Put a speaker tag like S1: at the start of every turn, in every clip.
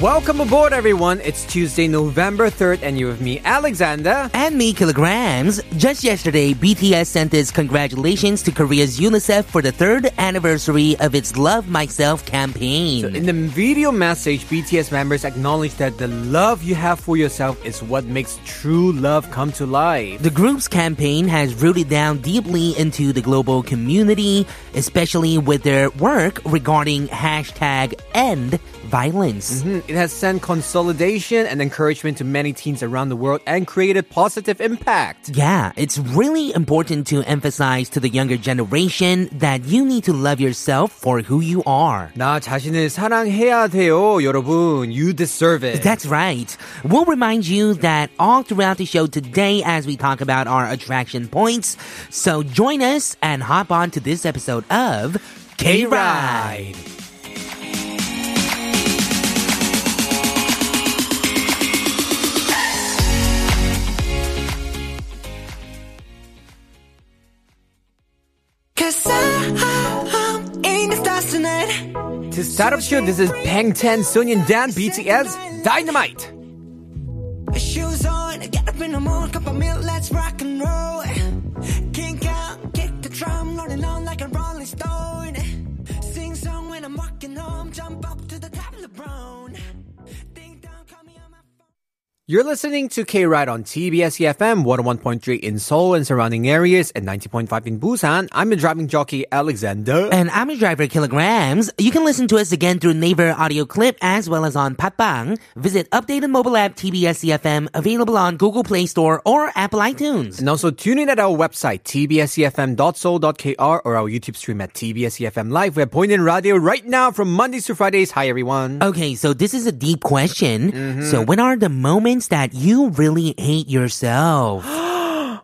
S1: Welcome aboard, everyone. It's Tuesday, November 3rd, and you have me, Alexander.
S2: And me, kilograms. Just yesterday, BTS sent its congratulations to Korea's UNICEF for the third anniversary of its Love Myself campaign.
S1: In the video message, BTS members acknowledge that the love you have for yourself is what makes true love come to life.
S2: the group's campaign has rooted down deeply into the global community, especially with their work regarding hashtag end violence.
S1: Mm, It has sent consolidation and encouragement to many teens around the world and created positive impact.
S2: Yeah, it's really important to emphasize to the younger generation that you need to love yourself for who you are.
S1: 나 자신을 사랑해야 돼요, 여러분. You deserve it.
S2: That's right. We'll remind you that all throughout the show today as we talk about our attraction points. So join us and hop on to this episode of K Ride.
S1: K-Ride.
S3: Cause I'm in the stars tonight.
S1: To start off the show, this is Bang 10, Sunyeon Dan, BTS, Dynamite.
S3: Shoes on, get up in the morning, cup of milk, let's rock and roll. Kick out, kick the drum, rolling on like a rolling stone. Sing song when I'm walking home, jump up to the top of the brown. Ding dong, call me on my phone.
S1: You're listening to K Ride on TBS EFM 101.3 in Seoul and surrounding areas and 90.5 in Busan. I'm your driving jockey Alexander.
S2: And I'm your driver, Kilograms. You can listen to us again through Naver audio clip as well as on Patbang. Visit updated mobile app TBS EFM, available on Google Play Store or Apple iTunes.
S1: and also tune in at our website E tbsefm.soul.kr or our YouTube stream at tbsefm E live. We're pointing radio right now from Mondays to Fridays. Hi everyone.
S2: Okay, so this is a deep question.
S1: Mm-hmm.
S2: So, when are the moments that you really hate yourself?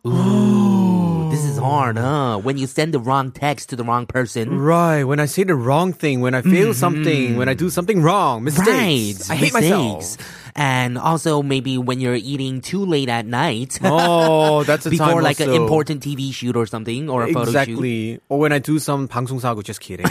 S2: Ooh, this is hard, huh? When you send the wrong text to the wrong person.
S1: Right, when I say the wrong thing, when I
S2: Mm-hmm.
S1: fail something, when I do something wrong, mistakes. I hate myself.
S2: mistakes. And also, maybe when you're eating too late at night.
S1: Oh, that's a
S2: Before
S1: time
S2: like an
S1: also.
S2: important TV shoot or something or a photo shoot.
S1: Exactly. Or when I do some 방송사고, just kidding.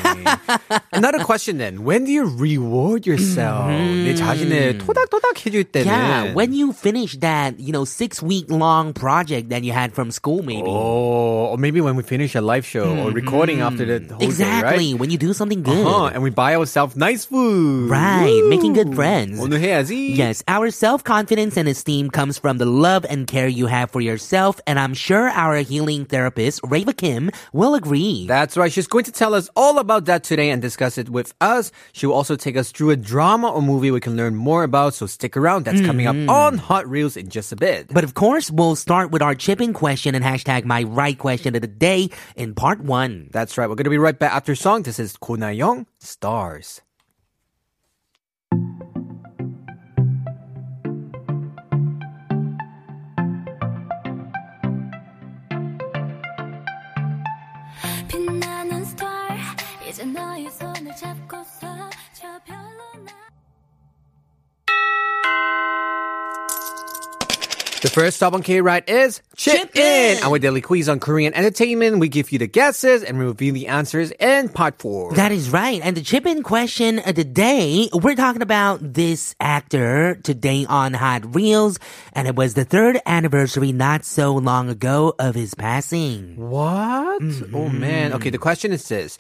S1: Another question then. When do you reward yourself? 내 자신을 토닥토닥 해줄 때는.
S2: Mm-hmm. Yeah, when you finish that, you know, six week long project that you had from school, maybe.
S1: Oh, or maybe when we finish a live show or recording after the whole
S2: Mm-hmm. exactly,
S1: day, right?
S2: when you do something good.
S1: Uh-huh, and we buy ourselves nice food.
S2: Right,
S1: Woo!
S2: making good friends.
S1: 오늘 해야지.
S2: Yes, our self confidence and esteem comes from the love and care you have for yourself, and I'm sure our healing therapist, Reva Kim, will agree.
S1: That's right. She's going to tell us all about that today and discuss it with us. She will also take us through a drama or movie we can learn more about. So stick around. That's coming up
S2: Mm-hmm.
S1: on Hot Reels in just a bit.
S2: but of course, we'll start with our chip in question and hashtag my right question of the day in part one.
S1: That's right. We're going to be right back after song. This is Ko Na Young Stars.
S4: 빛나는 스타 이제 너의 손을 잡고서 저 별로 나
S1: The first stop on K Ride is Chip,
S2: Chip In.
S1: In, our daily quiz on Korean entertainment. We give you the guesses and reveal the answers in part four.
S2: That is right. And the chip in question of the day, we're talking about this actor today on Hot Reels, and it was the third anniversary not so long ago of his passing.
S1: Mm-hmm. what?
S2: Mm-hmm.
S1: Oh man. Okay, the question is this.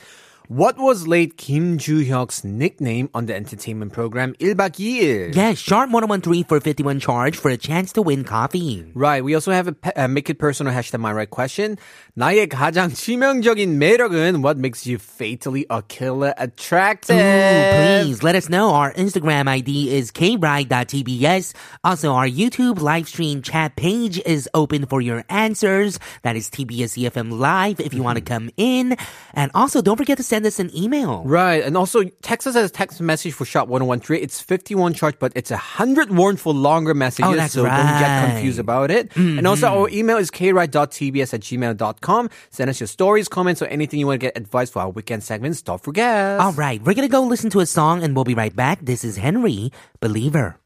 S1: What was late Kim Joo Hyuk's nickname on the entertainment program 1박 2일?
S2: Yes, sharp 1013 for 51 charge for a chance to win coffee.
S1: Right. We also have a pe- uh, make it personal hashtag my right question. 나의 가장 치명적인 매력은 what makes you fatally a killer attractive?
S2: Ooh, please let us know. Our Instagram ID is kride.tbs. Also, our YouTube live stream chat page is open for your E answers. That is TBS EFM Live if you want to come in. And also, don't forget to send send us an email.
S1: Right. And also, Texas has a text message for Shop 1013. It's 51 charge, but it's 100 won for longer messages.
S2: Oh, that's
S1: so don't get
S2: right. Mm-hmm.
S1: confused about it. And also, our email is kride.tbs at gmail.com. Send us your stories, comments, or anything you want to get advice for our weekend segments. Don't forget.
S2: All right, we're gonna go listen to a song and we'll be right back. This is Henry, Believer.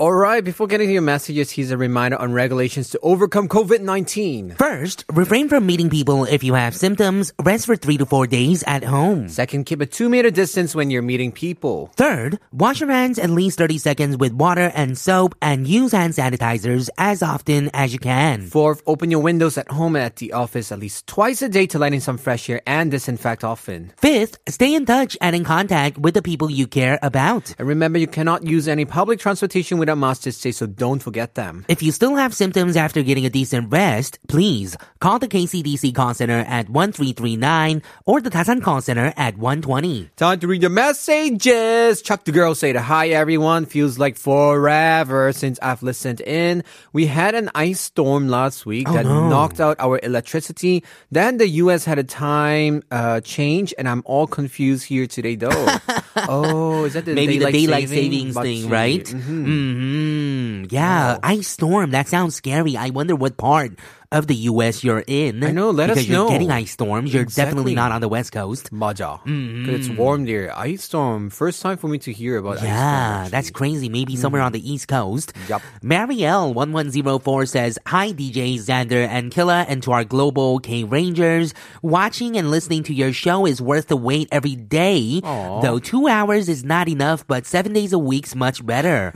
S1: All right. Before getting to your messages, here's a reminder on regulations to overcome COVID 19.
S2: First, refrain from meeting people if you have symptoms. Rest for three to four days at home.
S1: Second, keep a two meter distance when you're meeting people.
S2: Third, wash your hands at least 30 seconds with water and soap and use hand sanitizers as often as you can.
S1: Fourth, open your windows at home and at the office at least twice a day to let in some fresh air and disinfect often.
S2: Fifth, stay in touch and in contact with the people you care about.
S1: And remember, you cannot use any public transportation without masks this day, so don't forget them.
S2: If you still have symptoms after getting a decent rest, please call the KCDC call center at 1339 or the Tasan call center at 120.
S1: Time to read your messages. Chuck the girl say to hi everyone. Feels like forever since I've listened in. We had an ice storm last week
S2: Oh,
S1: that knocked out our electricity. Then the U.S. had a time uh, change, and I'm all confused here today though. oh, is that the
S2: Maybe
S1: daylight
S2: the daylight
S1: saving?
S2: savings thing, right?
S1: Mhm.
S2: Mm-hmm. Yeah, ice storm. That sounds scary. I wonder what part of the U.S. you're in.
S1: I know, let us
S2: because you're
S1: know.
S2: getting ice storms. You're definitely
S1: Exactly.
S2: not on the West Coast.
S1: 맞아.
S2: Mm-hmm.
S1: 'Cause it's warm there. Ice storm. First time for me to hear about ice storm.
S2: Yeah, that's crazy. Maybe somewhere on the East Coast.
S1: Yup.
S2: Marielle1104 says, Hi, DJ Xander and Killa, and to our global K Rangers. Watching and listening to your show is worth the wait every day. Though two hours is not enough, but seven days a week's much better.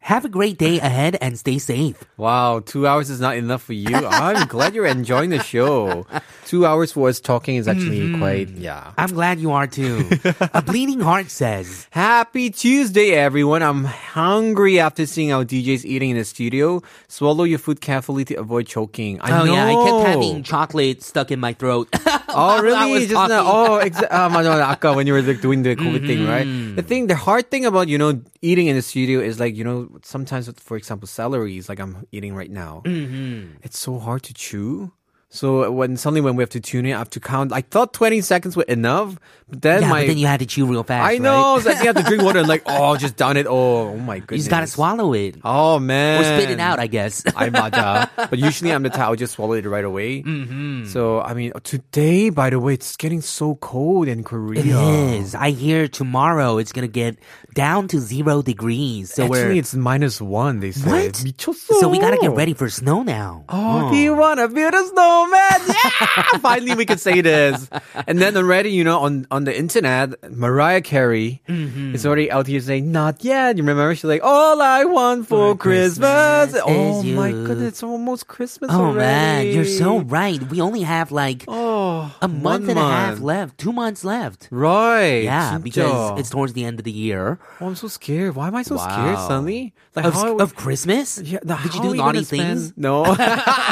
S2: Have a great day ahead and stay safe.
S1: Wow, two hours is not enough for you. I'm glad you're enjoying the show. Two hours for us talking is actually
S2: Mm-hmm.
S1: quite, yeah.
S2: I'm glad you are too. a bleeding heart says,
S1: Happy Tuesday, everyone. I'm hungry after seeing our DJs eating in the studio. Swallow your food carefully to avoid choking. I
S2: Oh
S1: know.
S2: yeah, I kept having chocolate stuck in my throat.
S1: Oh, really?
S2: I was
S1: Just now-
S2: talking.
S1: oh,
S2: Mm-hmm.
S1: exa- ah, 맞아, 맞아. 아까 when you were like, doing the COVID thing, right? The thing, the hard thing about, you know, eating in the studio is like, you know, sometimes, with, for example, celeries, like I'm eating right now,
S2: Mm-hmm.
S1: it's so hard to chew. So when suddenly when we have to tune in, I have to count. I thought 20 seconds were enough, but then
S2: yeah,
S1: my...
S2: but then you had to chew real fast.
S1: I
S2: right?
S1: know. So I think I have to drink water and like, oh, just down it. Oh, oh my
S2: You
S1: goodness.
S2: just gotta swallow it.
S1: Oh, man.
S2: Or spit it out, I guess.
S1: I'm 맞아. But usually I'm the type I'll just swallow it right away.
S2: Mm-hmm.
S1: So I mean, today by the way, it's getting so cold in Korea.
S2: It is. I hear tomorrow it's gonna get down to zero degrees. So
S1: Actually,
S2: we're
S1: it's minus one. They say.
S2: What?
S1: 미쳤어.
S2: so we gotta get ready for snow now.
S1: Oh, do you wanna build a snowman? Yeah! Finally, we could say this. And then already, you know, on, on the internet, Mariah Carey
S2: Mm-hmm.
S1: is already out here saying, "Not yet." You remember? She's like, "All I want for,
S2: For
S1: Christmas."
S2: Christmas
S1: oh
S2: is
S1: my
S2: you.
S1: goodness, it's almost Christmas
S2: Oh
S1: already.
S2: man, you're so right. We only have like
S1: Oh,
S2: a month and a half
S1: left.
S2: left, two months left.
S1: Right.
S2: Yeah,
S1: 진짜.
S2: because it's towards the end of the year.
S1: Oh, I'm so scared. Why am I so scared
S2: Wow.
S1: suddenly? Like
S2: Of,
S1: how are we-
S2: of Christmas?
S1: yeah, the-
S2: Did you
S1: how
S2: do
S1: are we
S2: naughty
S1: gonna spend-
S2: things?
S1: No.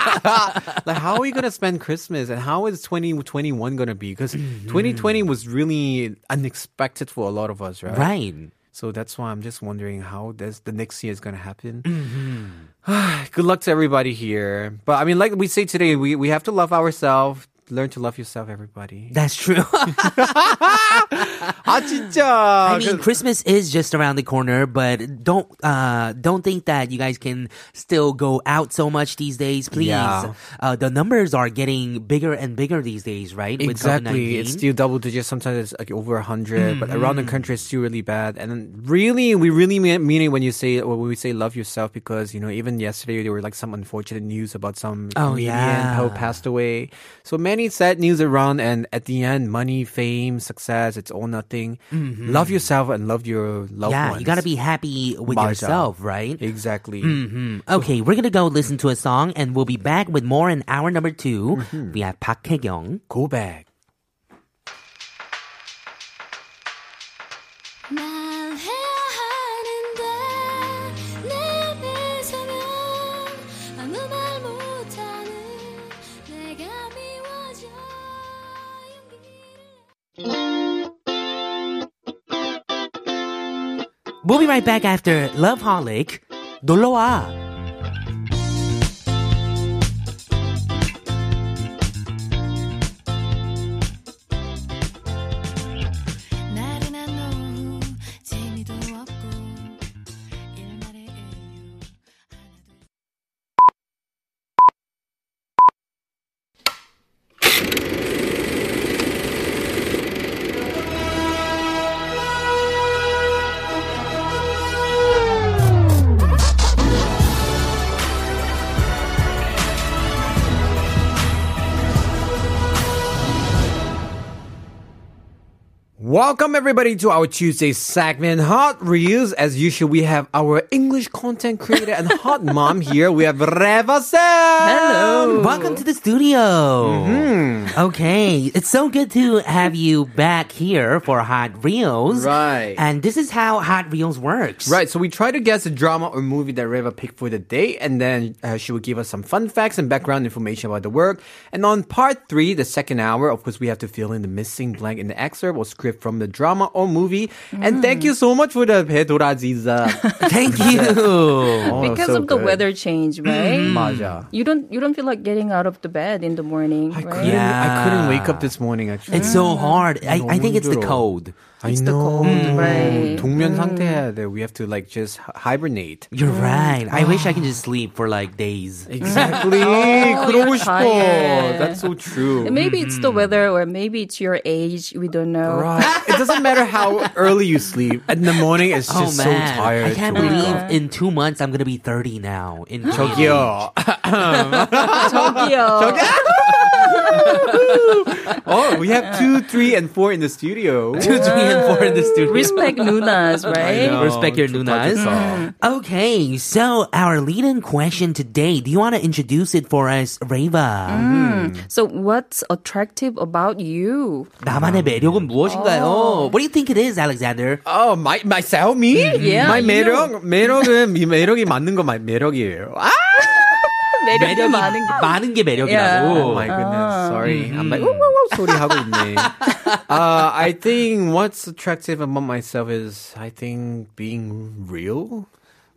S1: like how are we gonna spend Christmas and how is 2021 gonna be? Because
S2: Mm-hmm.
S1: 2020 was really unexpected for a lot of us, right?
S2: Right.
S1: So that's why I'm just wondering how this the next year is gonna happen.
S2: Mm-hmm.
S1: Good luck to everybody here. But I mean, like we say today, we we have to love ourselves. Learn to love yourself, everybody.
S2: That's true.
S1: 아 진짜.
S2: I mean, Christmas is just around the corner, but don't uh, don't think that you guys can still go out so much these days. Please,
S1: Yeah.
S2: uh, the numbers are getting bigger and bigger these days, right? With
S1: Exactly. It's
S2: COVID-19.
S1: still double digits. Sometimes it's like over 100, but around
S2: Hmm.
S1: the country, it's still really bad. And then really, we really mean, mean it when you say, or when we say love yourself, because, you know, even yesterday, there were like some unfortunate news about some
S2: Oh,
S1: comedian
S2: yeah.
S1: who passed away. So many sad news around. And at the end, money, fame, success, it's all nothing. Love yourself and love your loved
S2: Mm-hmm. yeah,
S1: ones.
S2: you gotta be Mm-hmm. happy with
S1: 맞아.
S2: yourself, right?
S1: Exactly.
S2: Okay, we're gonna go listen to a song, and we'll be back with more in hour number 2
S1: Mm-hmm.
S2: We have Park Hae Young.
S1: Go back.
S4: 날 헤아리는데 내 빗으면 아무 말 못하는 내가 미워져
S2: We'll be right back after Loveholic. 놀러와.
S4: 나른한 오후 재미도 없고 일말의 이유 하나도
S1: Welcome everybody to our Tuesday segment, Hot Reels. As usual, we have our English content creator and hot mom here. We have Reva Sam. Hello. Mm-hmm.
S2: Welcome to the studio. Okay, it's so good to have you back here for Hot Reels.
S1: Right.
S2: And this is how Hot Reels works.
S1: Right, so we try to guess a drama or movie that Reva picked for the day, and then uh, she will give us some fun facts and background information about the work. And on part three, the second hour, of course, we have to fill in the missing blank in the excerpt or script from the drama or movie. And thank
S5: Mm.
S1: you so much for the 배도라지za.
S2: Thank you.
S1: Oh,
S5: because
S1: so
S5: of the
S1: good.
S5: weather change, right?
S1: 맞아.
S5: you don't you don't feel like getting out of the bed in the morning,
S1: I couldn't,
S5: right?
S1: I couldn't wake up this morning actually.
S2: it's so hard.
S1: Mm.
S2: I, I think it's the
S1: 힘들어.
S2: cold.
S1: I know.
S5: right.
S2: Mm.
S1: 동면 상태 해야 돼. We have to like just hi- hibernate.
S2: You're right. I wish I could just sleep for like days.
S1: Mm. Exactly. 그러고
S2: Oh,
S5: you're
S1: 싶어.
S5: tired.
S1: That's so true.
S5: Maybe it's the weather, or maybe it's your age. We don't
S1: Mm-hmm.
S5: know.
S1: Right. it doesn't matter how early you sleep. In the morning, it's
S2: Oh
S1: just
S2: man,
S1: so tired.
S2: I can't
S1: to wake
S2: believe
S1: up.
S2: in two months I'm gonna be 30 now. In
S1: 저기요.
S5: Tokyo.
S1: Oh, we have two, three, and four in the studio.
S2: two, three, and four in the studio.
S5: Respect Nunas, right?
S2: Respect your lunas. Okay, so our lead-in question today. Do you want to introduce it for us, Reva?
S1: Mm.
S5: So what's attractive about you?
S2: 나만의 매력은 무엇인가요? What do you think it is, Alexander?
S1: Oh, my, myself, me?
S5: Yeah,
S1: My
S5: you.
S1: 매력? 매력은, 이 매력이 맞는 거 마- 매력이에요. 아!
S5: 매력이 많은 게-
S2: 많은 게
S1: Oh
S2: 매력이라고.
S1: my goodness, sorry. I'm like, wow, wow, wow, 소리 하고 있네. uh, I think what's attractive about myself is, I think, being real.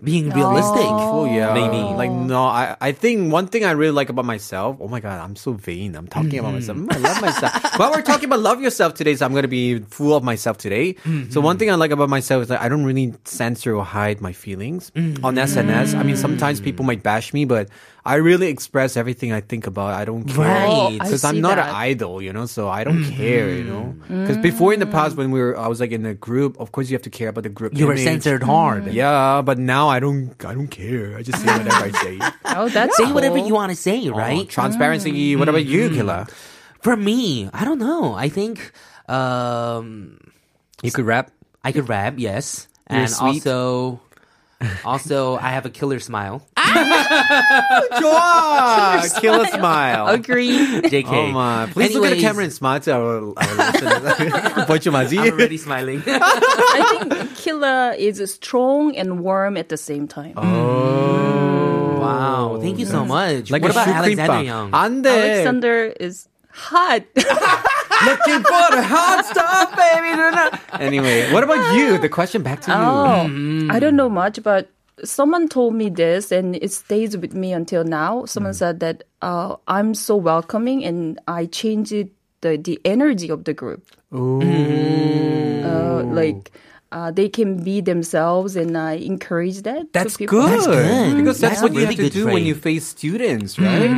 S2: Being realistic.
S1: Oh yeah,
S2: Maybe.
S1: Like no, I I think one thing I really like about myself. Oh my god, I'm so vain. I'm talking about myself. Mm, I love myself. While we're talking about love yourself today, so I'm gonna be full of myself today. So one thing I like about myself is that I don't really censor or hide my feelings on SNS. I mean, sometimes
S2: Mm.
S1: people might bash me, but I really express everything I think about. I don't care
S2: Right.
S5: I
S1: because I'm
S5: see
S1: not an
S5: that.
S1: idol, you know. So I don't care, you know. Because before in the past, when we were, I was like in a group. Of course, you have to care about the group.
S2: You were
S1: image. Mm.
S2: censored hard.
S1: Yeah, but now I don't. I don't care. I just say whatever I say.
S5: Oh, that's
S2: Say whatever
S5: cool.
S2: you want to say, right?
S1: Oh,
S2: Mm.
S1: transparency. What about you, Killa?
S2: For me, I don't know. I think um,
S1: You could rap.
S2: I could rap, yes,
S1: You're
S2: and
S1: sweet.
S2: also, also I have a killer smile.
S1: Joa, Killa smile.
S5: Agree.
S2: JK,
S1: Oh my! Please look at the
S2: Anyways,
S1: camera and smile to our, our listeners. What you might see.
S2: I'm already smiling.
S5: I think Killa is strong and warm at the same time.
S1: Oh.
S2: wow, thank you so much.
S1: Like
S2: what
S1: a
S2: about
S1: shoe cream
S2: Alexander
S1: pie.
S2: Young? Ah,
S1: And then
S5: Alexander is hot.
S1: looking for the hot stuff, baby. No, no. Anyway, what about you? The question back to you.
S5: Oh,
S1: Mm-hmm.
S5: I don't know much, but someone told me this, and it stays with me until now. Someone
S1: Mm.
S5: said that uh, I'm so welcoming, and I changed the the energy of the group. Uh, like uh, they can be themselves, and I encourage that. to
S1: That's good.
S5: people.
S2: good.
S1: Because that's
S2: That's
S1: what
S2: a
S1: you have
S2: really
S1: to
S2: good
S1: do when
S2: trait.
S1: you face students, right?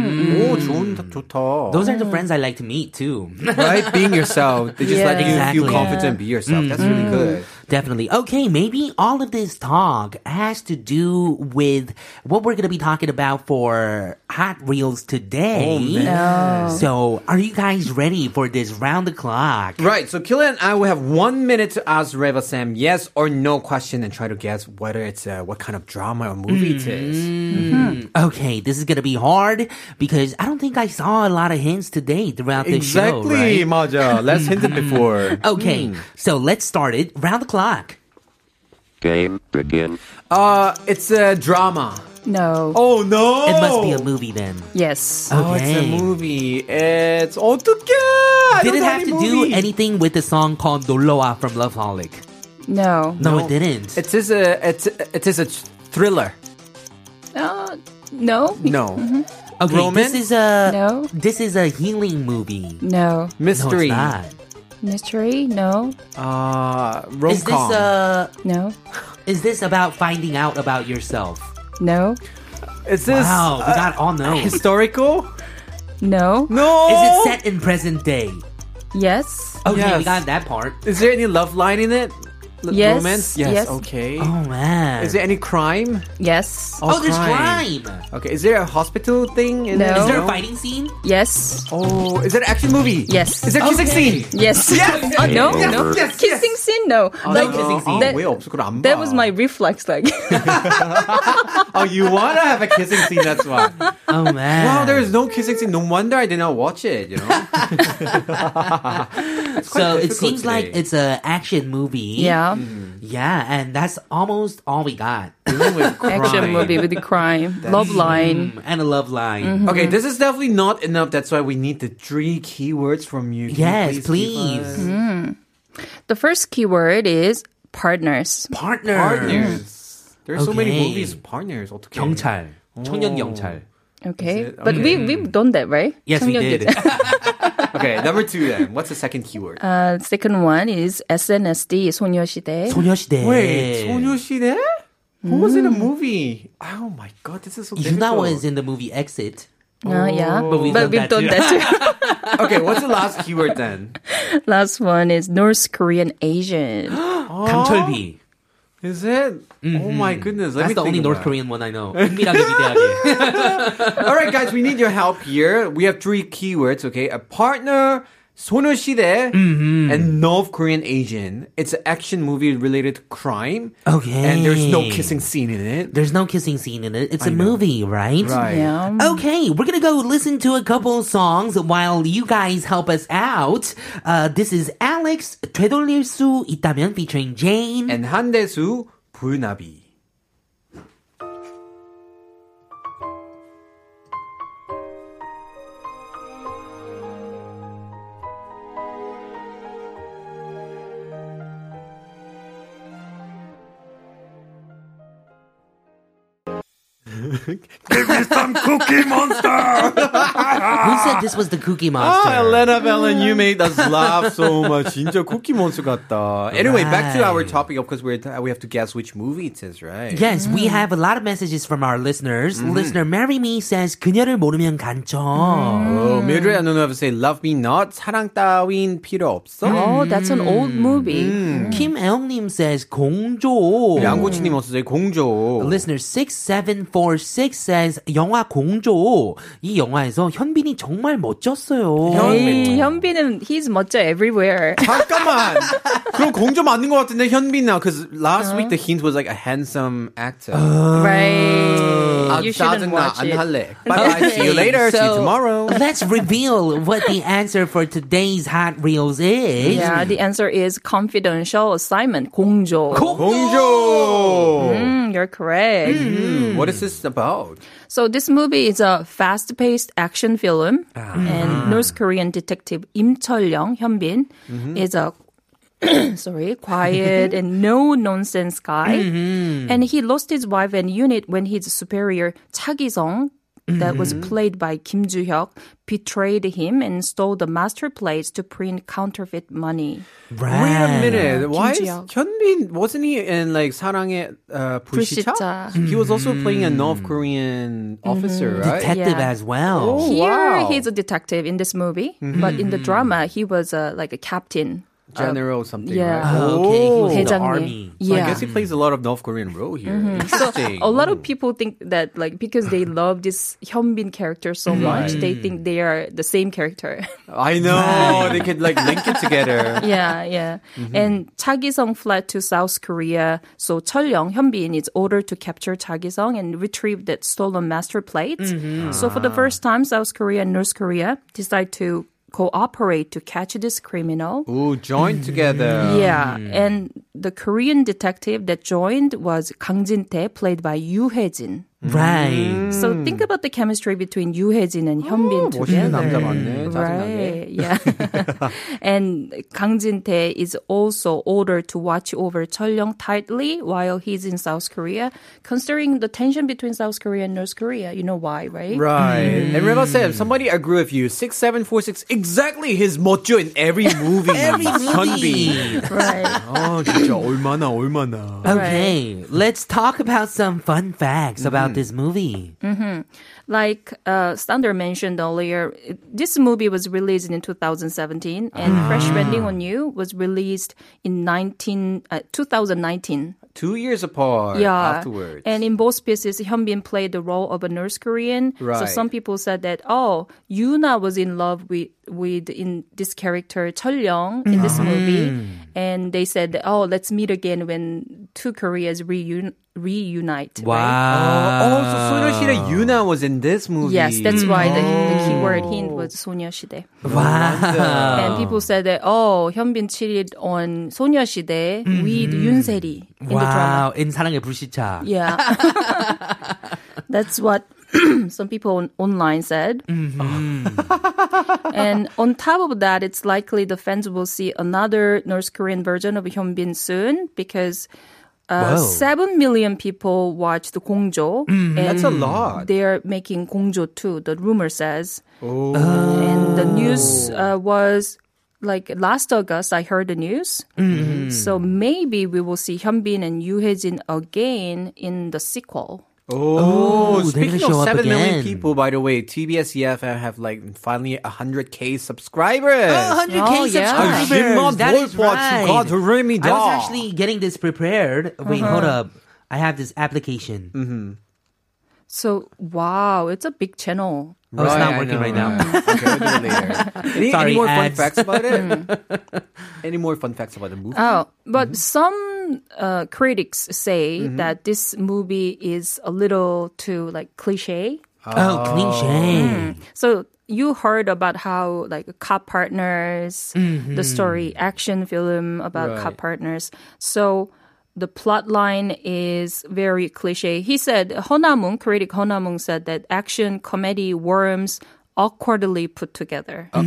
S1: Oh, 좋은, 좋다.
S2: Those are the friends I like to meet too.
S1: right? Being yourself. They just let you feel
S2: Exactly. Mm-hmm.
S1: confident and be yourself. That's really good.
S2: Definitely. Okay, maybe all of this talk has to do with what we're going to be talking about for Hot Reels
S1: Oh,
S2: today. So, are you guys ready for this round the clock?
S1: Right, so Killa and I will have one minute to ask Reva Sam yes or no question and try to guess whether it's uh, what kind of drama or movie it
S2: Mm-hmm.
S1: is.
S2: Hmm. Okay, this is going to be hard because I don't think I saw a lot of hints today throughout the show,
S1: Exactly, Hmm.
S2: right?
S1: Maja. Let's hint it before.
S2: Okay, so let's start it round the clock.
S6: Game begin.
S1: Uh, it's a drama.
S5: No.
S1: Oh no!
S2: It must be a movie then.
S5: Yes.
S1: Oh, it's a
S2: Okay.
S1: movie. It's 어떡해! I
S2: Did
S1: don't
S2: it
S1: know
S2: have
S1: any
S2: to do
S1: movie.
S2: anything with the song called Doloa from Loveholic?
S5: No.
S2: No, it didn't.
S1: It is a it, it is a thriller.
S5: Uh, no.
S1: No,
S2: okay,
S1: Roman?
S2: this is a
S5: No.
S2: this is a healing movie.
S5: No.
S1: mystery.
S2: No, it's
S5: Mystery? No.
S1: uh,
S2: not.
S1: rom
S2: Is this uh
S5: No.
S2: is this about finding out about yourself?
S5: No.
S1: Is this uh,
S2: wow, we got all known.
S1: historical?
S5: No.
S1: No.
S2: Is it set in present day?
S5: Yes.
S2: Okay,
S1: Yes.
S2: we got that part.
S1: Is there any love line in it? L-
S5: Yes,
S1: Romance. Yes.
S5: yes.
S1: Okay.
S2: Oh man.
S1: Is there any crime?
S5: Yes.
S2: oh, there's crime.
S1: Okay. Is there a hospital thing? In
S5: No.
S1: It?
S2: Is there
S1: No?
S2: a fighting scene?
S5: Yes.
S1: Oh, is it an action movie?
S5: Yes.
S1: Is there a kissing scene?
S5: Yes.
S1: Yes.
S5: oh, no.
S6: Yes,
S5: No.
S1: yes, yes.
S5: Kissing scene? No.
S2: Oh, no
S5: like
S2: kissing
S1: 아,
S2: scene.
S5: that-
S1: 왜 없어? 그걸 안
S5: that
S1: 봐.
S5: was my reflex. Like
S1: Oh, you wanna have a kissing scene? That's why.
S2: Oh man.
S1: Wow, there is no kissing scene. No wonder I did not watch it. You know.
S2: so it
S1: difficult
S2: seems like
S1: today.
S2: it's a action movie.
S5: yeah,
S2: Mm-hmm. Yeah, and that's almost all we got.
S1: Dealing with crime.
S5: action movie with crime, love line.
S2: and a love line.
S1: Okay, this is definitely not enough. That's why we need the three keywords from you. Can you
S2: Yes,
S1: give
S2: please.
S1: us-
S5: The first keyword is partners.
S2: Partner.
S1: Partners. There's so many
S2: Okay.
S1: movies. Partners. 어떻게?
S2: 경찰. 청년 경찰.
S5: Okay,
S1: it?
S5: but we we've done that, right?
S2: Yes, we did.
S1: Okay, number two then. What's the second keyword?
S5: Uh, second one is SNSD 소녀시대.
S2: 소녀시대.
S1: Wait, 소녀시대? Who was in a
S2: Mm.
S1: movie? Oh my god, this is so
S2: Yuna
S1: difficult.
S2: was in the movie Exit.
S5: Uh, yeah, but
S2: Oh. we've done that too.
S5: done that too.
S1: Okay, what's the last keyword then?
S5: Last one is North Korean Asian.
S2: 강철비.
S1: Is it? Oh my goodness. Let
S2: Mm-hmm. That's
S1: me
S2: the
S1: think
S2: only North
S1: about it.
S2: Korean one I know. 은밀하게 위대하게.
S1: All right, guys, we need your help here. We have three keywords, okay? A partner, 소녀시대,
S2: Mm-hmm.
S1: and North Korean Asian. It's an action movie related to crime.
S2: Okay.
S1: And there's no kissing scene in it.
S2: There's no kissing scene in it. It's a movie, right?
S5: Yeah.
S2: Okay, we're gonna go listen to a couple songs while you guys help us out. Uh, this is Alex 되돌릴 수 있다면 featuring Jane.
S1: And 한대수, 불나비.
S2: Who said this was the Cookie Monster?
S1: Ah, Elena Valen, you made us laugh so much. 진짜 쿠키 몬스터 같다. Anyway, back to our topic, of course, we're, we have to guess which movie it is, right?
S2: Yes, we have a lot of messages from our listeners.
S1: Mm-hmm.
S2: Listener Marry Me says 그녀를 모르면 간첩.
S1: Oh, Mildred and Nuna say, love me not, 사랑 따윈 필요 없어.
S5: Oh, that's an old
S2: Mm.
S5: movie.
S2: 김애영님 says 공조.
S1: Mm. 양고치님 어서 say, 공조.
S2: Listener 6746 says 영화 공조. 이 영화에서 현빈이 정말 멋졌어요.
S5: Hey, 현빈은 he's 멋져 everywhere.
S1: 잠깐만. 그럼 공조 맞는 것 같은데 현빈아. Because last week the hint was like a handsome actor.
S2: Uh.
S5: right.
S1: 아,
S5: You
S1: 짜증나.
S5: shouldn't watch
S1: 안
S5: it.
S1: 할래. Bye bye. See you later. See you tomorrow.
S2: Let's reveal what the answer for today's hot reels is.
S5: Yeah, the answer is confidential assignment. 공조.
S1: 공조.
S5: Mm, you're correct.
S1: Hmm, What is this about?
S5: So this movie is a fast-paced action film, and North Korean detective Im Chol-young Hyunbin is a sorry quiet and no-nonsense guy, and he lost his wife and unit when his superior Cha Ki-sung. That was played by Kim Joo-hyuk, betrayed him and stole the master plates to print counterfeit money.
S2: Right.
S1: Wait a minute. Why is
S5: Ji-yeon.
S1: 현빈 wasn't he in like 사랑의 uh, 불시착?
S5: 불시착. Mm-hmm.
S1: He was also playing a North Korean officer, right?
S2: Detective
S5: Yeah.
S2: as well.
S1: Oh,
S5: Here,
S1: wow. Mm-hmm.
S5: he's a detective in this movie, but in the drama, he was uh, like a captain. uh,
S1: General something.
S5: yeah.
S1: Right?
S2: Oh, okay, he was in the
S5: 대장님.
S2: army.
S1: So I
S5: Yeah. Mm-hmm.
S1: guess he plays a lot of North Korean role here.
S5: So
S1: Interesting.
S5: a lot of people think that like because they love this Hyunbin character so
S1: Mm-hmm.
S5: much, they think they are the same character.
S1: I know they could like link it together.
S5: yeah, yeah.
S1: Mm-hmm.
S5: And Cha Ki-sung fled to South Korea, so Chol-young Hyunbin is ordered to capture Cha Ki-sung and retrieve that stolen master plate.
S1: Mm-hmm.
S5: So for the
S1: Ah.
S5: first time, South Korea and North Korea decide to cooperate to catch this criminal.
S1: Ooh, joined together.
S5: Yeah, and the Korean detective that joined was Kang Jin-tae, played by Yoo Hye-jin.
S2: Right.
S5: So think about the chemistry between Yoo Hye-jin and Hyunbin
S1: Hmm. Oh, 멋있는 남자
S5: together.
S1: 맞네. 짜증나게.
S5: Right, yeah. and Kang Jin-tae is also ordered to watch over Cheolyung tightly while he's in South Korea, considering the tension between South Korea and North Korea. You know why, right?
S1: Right. And remember, Sam, somebody agree with you. 6746, exactly his mojo in every movie.
S2: Every
S1: Hyunbi.
S5: Right.
S1: 아, Oh, 진짜 얼마나, 얼마나.
S5: Uh,
S2: Okay, let's talk about some fun facts about
S1: Mm-hmm.
S2: this movie.
S5: Like uh, Sander mentioned earlier, it- this movie was released in 2017, and
S1: Ah.
S5: Fresh Landing on You was released in 19, uh, 2019.
S1: Two years apart
S5: Yeah.
S1: afterwards.
S5: And in both pieces, Hyunbin played the role of a North Korean.
S1: Right.
S5: So some people said that, oh, Yuna was in love with, with in this character, Cheolyung, in this
S1: Mm-hmm.
S5: movie. And they said, oh, let's meet again when two Koreas reun- reunite. Right?
S1: Oh, so Sono Shida Yuna was in this movie.
S5: Ah. Yes, that's why the, the keyword hint was 소녀시대.
S2: Wow.
S5: And people said that, oh, Hyunbin cheated on 소녀시대 with Yunseri Oh, in the
S2: wow.
S5: drama.
S2: In 사랑의 불시착.
S5: Yeah. that's what some people on, online said. and on top of that, it's likely the fans will see another North Korean version of Hyunbin soon because uh,
S2: Wow.
S5: 7 million people watched Gongjo.
S1: That's a lot.
S5: they're Mm. making Gongjo too. The rumor says,
S1: Oh.
S5: and the news uh, was like last August. I heard the news,
S1: Mm-hmm.
S5: so maybe we will see Hyunbin and Yoo Hye-jin again in the sequel.
S1: Oh,
S2: they're gonna
S1: speaking
S2: show
S1: of
S2: up
S1: seven million
S2: again.
S1: people, by the way, TBS EFM E have like finally 100k subscribers.
S2: Oh, 100k
S5: Oh, yeah.
S2: subscribers.
S1: Jimon
S2: That is
S1: Wolf watch
S2: right.
S1: God Remy
S2: I was
S1: Dog.
S2: actually getting this prepared. Wait, hold
S5: Uh-huh.
S2: up. I have this application.
S1: Mm-hmm.
S5: So wow, it's a big channel.
S2: Oh, it's not
S1: I
S2: working
S1: know,
S2: right now.
S1: Okay, we'll do it later. Any,
S2: Sorry,
S1: any more fun
S2: ads.
S1: facts about it?
S2: Mm.
S1: any more fun facts about the
S2: Uh,
S1: movie?
S5: Oh, but
S1: Mm-hmm.
S5: some uh, critics say that this movie is a little too like cliche.
S2: Oh, cliche.
S5: So you heard about how like cop partners, the story action film about cop partners. So the plot line is very cliche. He said Ah Honamung, critic Honamung said that action comedy worms awkwardly put together.
S2: Oh,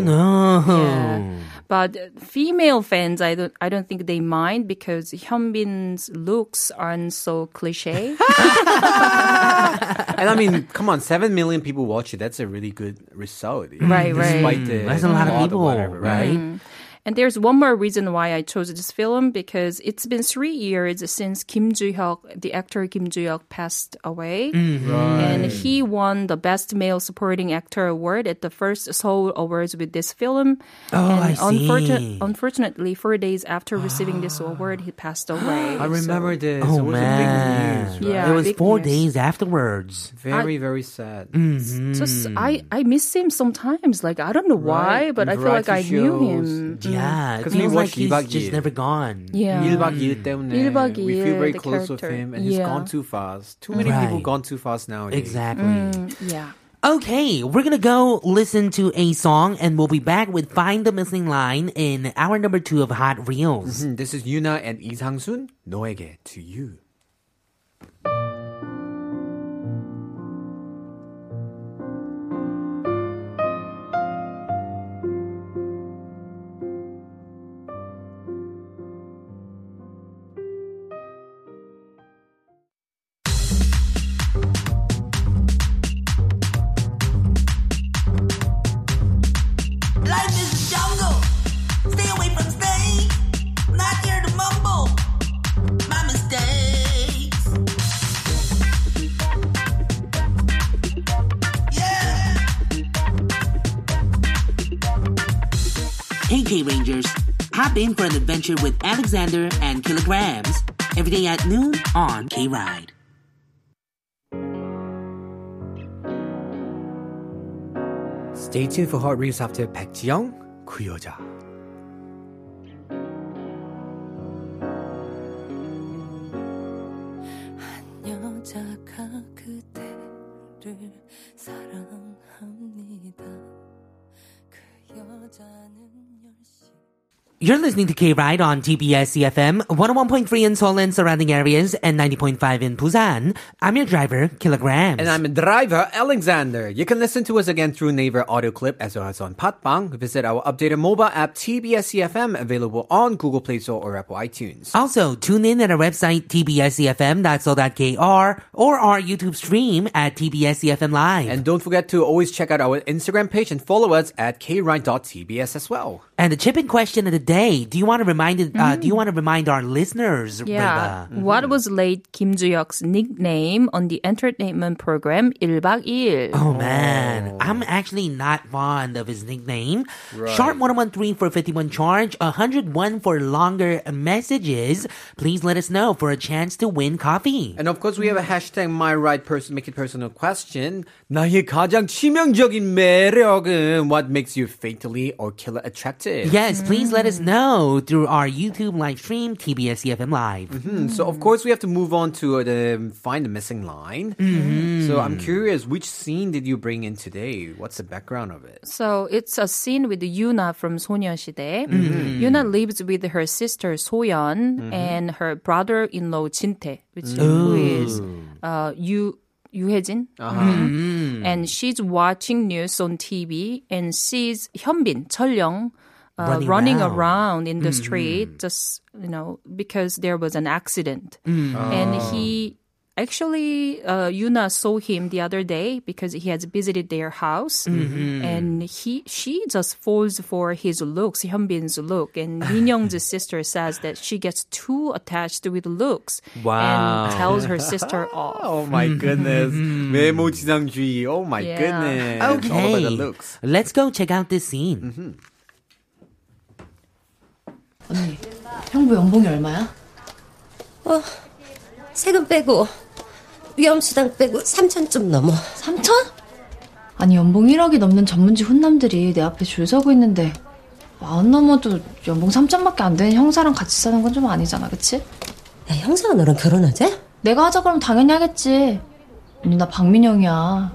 S2: no.
S5: Yeah. But female fans, I don't, I don't think they mind because Hyunbin's looks aren't so cliche.
S1: And I mean, come on, seven million people watch it. That's a really good result.
S5: Right, right.
S1: Despite the
S2: That's a lot of
S1: or
S2: people,
S1: whatever, right?
S5: Mm-hmm. And there's one more reason why I chose this film because it's been three years since Kim Joo-hyuk, the actor Kim Joo-hyuk, passed away,
S1: Mm-hmm.
S5: and he won the Best Male Supporting Actor award at the first Seoul Awards with this film.
S2: Oh, I
S5: and
S2: see.
S5: unfortunately, four days after receiving this award, he passed away.
S1: I remember this.
S2: Oh,
S1: it was a
S2: man.
S1: big news.
S5: Yeah,
S2: it was
S5: big
S2: four Mm.
S5: news.
S2: days afterwards.
S1: Very, very sad.
S5: Just I, I miss him sometimes. Like I don't know why,
S1: Mm. Right.
S5: but I feel like I
S1: Variety
S5: knew
S1: shows.
S5: him.
S2: Yeah. It
S1: 'Cause we
S2: feels like
S1: watched
S2: he's
S1: Ibaki.
S2: just never gone.
S5: Mm. Yeah.
S1: 1박 2일 때문에
S5: 1박
S1: we feel
S5: 2일,
S1: very
S5: the
S1: close with
S5: character.
S1: him and he's
S5: Yeah.
S1: gone too fast. Too many people
S2: Right.
S1: gone too fast nowadays.
S2: Exactly.
S5: Mm. Yeah.
S2: Okay, we're gonna go listen to a song and we'll be back with Find the Missing Line in hour number two of Hot Reels.
S1: Mm, This is Yuna and 이상순 너에게 to you.
S7: Life is a jungle. Stay away from snakes. Not here to mumble. My mistakes. Yeah.
S2: KK Mm-hmm. Rangers, hop in for an adventure with Alexander and Kilograms every day at noon on K Ride.
S1: Stay tuned for Hot Reels after 백지영 그 여자.
S4: 여자가 그대를 사랑합니다. 그 여자는 열심.
S2: You're listening to K Ride on TBS EFM, 101.3 in Seoul and surrounding areas, and 90.5 in Busan. I'm your driver, Kilograms.
S1: And I'm driver Alexander. You can listen to us again through Naver audio clip as well as on Patbang. Visit our updated mobile app TBS EFM available on Google Play Store or Apple iTunes.
S2: Also, tune in at our website, E tbscfm.so.kr, or our YouTube stream at tbscfm E live.
S1: And don't forget to always check out our Instagram page and follow us at kride.tbs as well.
S2: And the chip in question of the day. Do you want to remind it, uh, do you want to remind our listeners,
S5: Yeah. Mm-hmm.
S2: Reba?
S5: What was late Kim Ju-hyuk's nickname on the entertainment program 1박 2일?
S2: Oh man, I'm actually not fond of his nickname. Sharp 113 for 51 charge, 101 for longer messages. Please let us know for a chance to win coffee.
S1: And of course, we have a hashtag my right person make it personal question. 나의 가장 치명적인 매력은 what makes you fatally or killer attractive?
S2: Yes, please let us know through our YouTube live stream, TBS EFM E Live.
S1: Hmm, So of course, we have to move on to uh, the find the missing line. So I'm curious, which scene did you bring in today? What's the background of it?
S5: So it's a scene with Yuna from 소녀시대. Yuna lives with her sister Soyeon and her brother-in-law Jinte, which who is uh, Yu Yuhejin.
S2: Mm.
S5: Mhm. And she's watching news on TV and sees Hyunbin, Cheolyung uh,
S2: Running
S5: running
S2: around. Mm-hmm.
S5: around in the street, just you know, because there was an accident,
S2: Mm.
S5: and he actually uh, Yuna saw him the other day because he has visited their house,
S2: Mm-hmm.
S5: and he she just falls for his looks, Hyunbin's look, and Min Young's sister says that she gets too attached with looks
S2: Wow.
S5: and tells her sister off.
S1: Oh my goodness. 메모 지상주의. Oh my
S5: Yeah.
S1: goodness.
S2: Okay.
S1: All about the looks. Mm-hmm.
S2: Let's go check out this scene.
S8: 형부 연봉이 얼마야?
S9: 세금 빼고 위험수당 빼고 3천 좀 넘어.
S8: 3천? 아니 연봉 1억이 넘는 전문직 훈남들이 내 앞에 줄 서고 있는데 마흔 넘어도 연봉 3천밖에 안 되는 형사랑 같이 사는 건 좀 아니잖아 그치?
S9: 야, 아, 형사가 너랑 결혼하자? 아,
S8: 내가 하자 그러면 당연히 하겠지 언니 나 박민영이야 아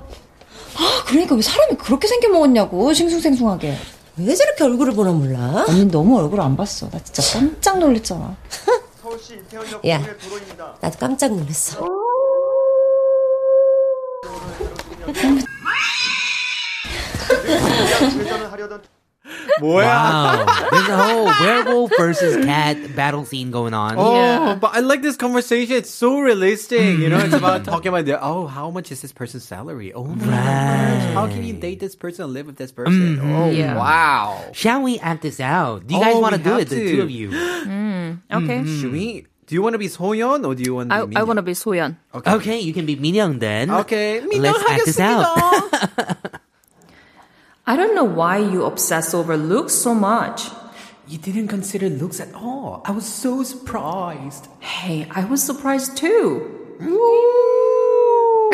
S8: 그러니까 왜 사람이 그렇게 생겨먹었냐고 싱숭생숭하게
S9: 왜 저렇게 얼굴을 보나 몰라?
S8: 언니 너무 얼굴 안 봤어 나 진짜 깜짝 놀랐잖아
S9: 야, 나도 깜짝 놀랐어.
S1: 뭐야?
S2: Wow. Oh, There's a whole werewolf versus cat battle scene going on.
S1: Oh, but I like this conversation. It's so realistic. You know, it's about talking about the, oh, how much is this person's salary? Oh my gosh. How can you date this person and live with this person? Oh,
S5: Yeah.
S1: wow.
S2: Shall we act this out? Do you guys
S1: Oh,
S2: want to
S1: we
S2: do
S1: have
S2: it, the
S1: to.
S2: two of you?
S5: Okay,
S2: Mm-hmm.
S1: Should we, do you want to be Soyeon or do you want to
S5: I,
S1: be
S5: I want to be Soyeon.
S1: Okay.
S2: Okay, you can be Minyoung then.
S1: Okay.
S2: Let's act this out.
S5: I don't know why you obsess over looks so much.
S1: you didn't consider looks at all. I was so surprised.
S5: Hey, I was surprised too.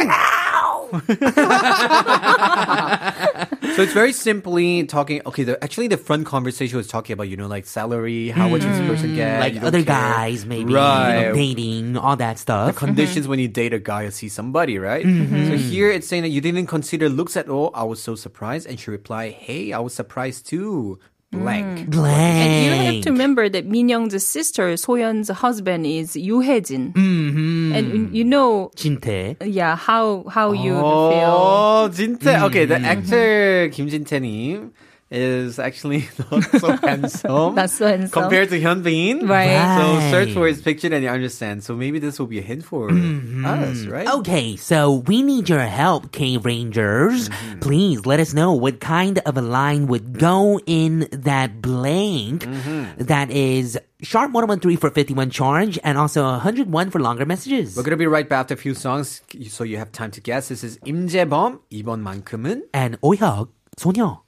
S1: So it's very simply talking. Okay, the, actually, the front conversation was talking about you know like salary, how much this person get,
S2: like
S1: you don't
S2: other
S1: care.
S2: guys, maybe you know,
S1: right?
S2: dating, all that stuff.
S1: Conditions
S5: Mm-hmm.
S1: when you date a guy or see somebody, right? So here it's saying that you didn't consider looks at all. I was so surprised, and she replied, "Hey, I was surprised too." Blank.
S5: And you have
S2: Blank.
S5: to remember that Min Young's sister, Soyeon's husband, is Yoo Hye-jin. Mm-hmm. And you know,
S2: Jinte.
S5: yeah, how how Mm. you feel. Mm-hmm.
S1: Oh, Jinte. Okay, the actor Kim Jinte-nim is actually not so handsome.
S5: Not so handsome.
S1: Compared to Hyunbin.
S5: Right.
S1: So search
S2: Right.
S1: for his picture and you understand. So maybe this will be a hint for
S5: Mm-hmm.
S1: us, right?
S5: Oh.
S2: Okay, so we need your help, K Rangers.
S1: Mm-hmm.
S2: Please let us know what kind of a line would go in that blank
S1: Mm-hmm.
S2: that is sharp 113 for 51 charge and also 101 for longer messages.
S1: We're going to be right back after a few songs so you have time to guess. This is Im Jae-bom, 이번만큼은.
S2: And Ohyuk, 소녀.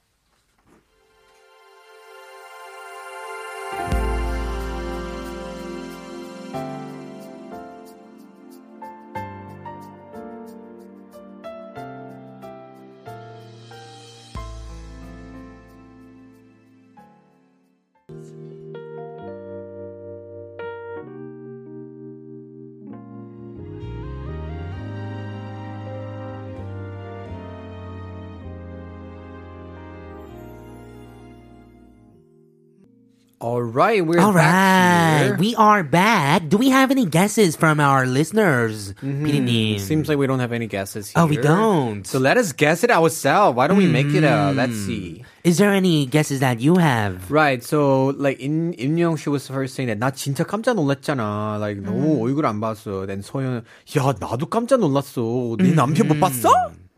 S1: All right, we're
S2: All
S1: back
S2: right,
S1: here.
S2: we are back. Do we have any guesses from our listeners, PD님?
S1: Mm-hmm. Seems like we don't have any guesses here.
S2: Oh, we don't. Hmm.
S1: So let us guess it ourselves. Why don't we make it up? Let's see.
S2: Is there any guesses that you have?
S1: Right. So like 임 임영 she was first saying that 나 진짜 깜짝 놀랐잖아. Like
S2: 음.
S1: 너무 얼굴 안 봤어. Then 소연 야 나도 깜짝 놀랐어.
S2: 음,
S1: 네 남편 못 봤어?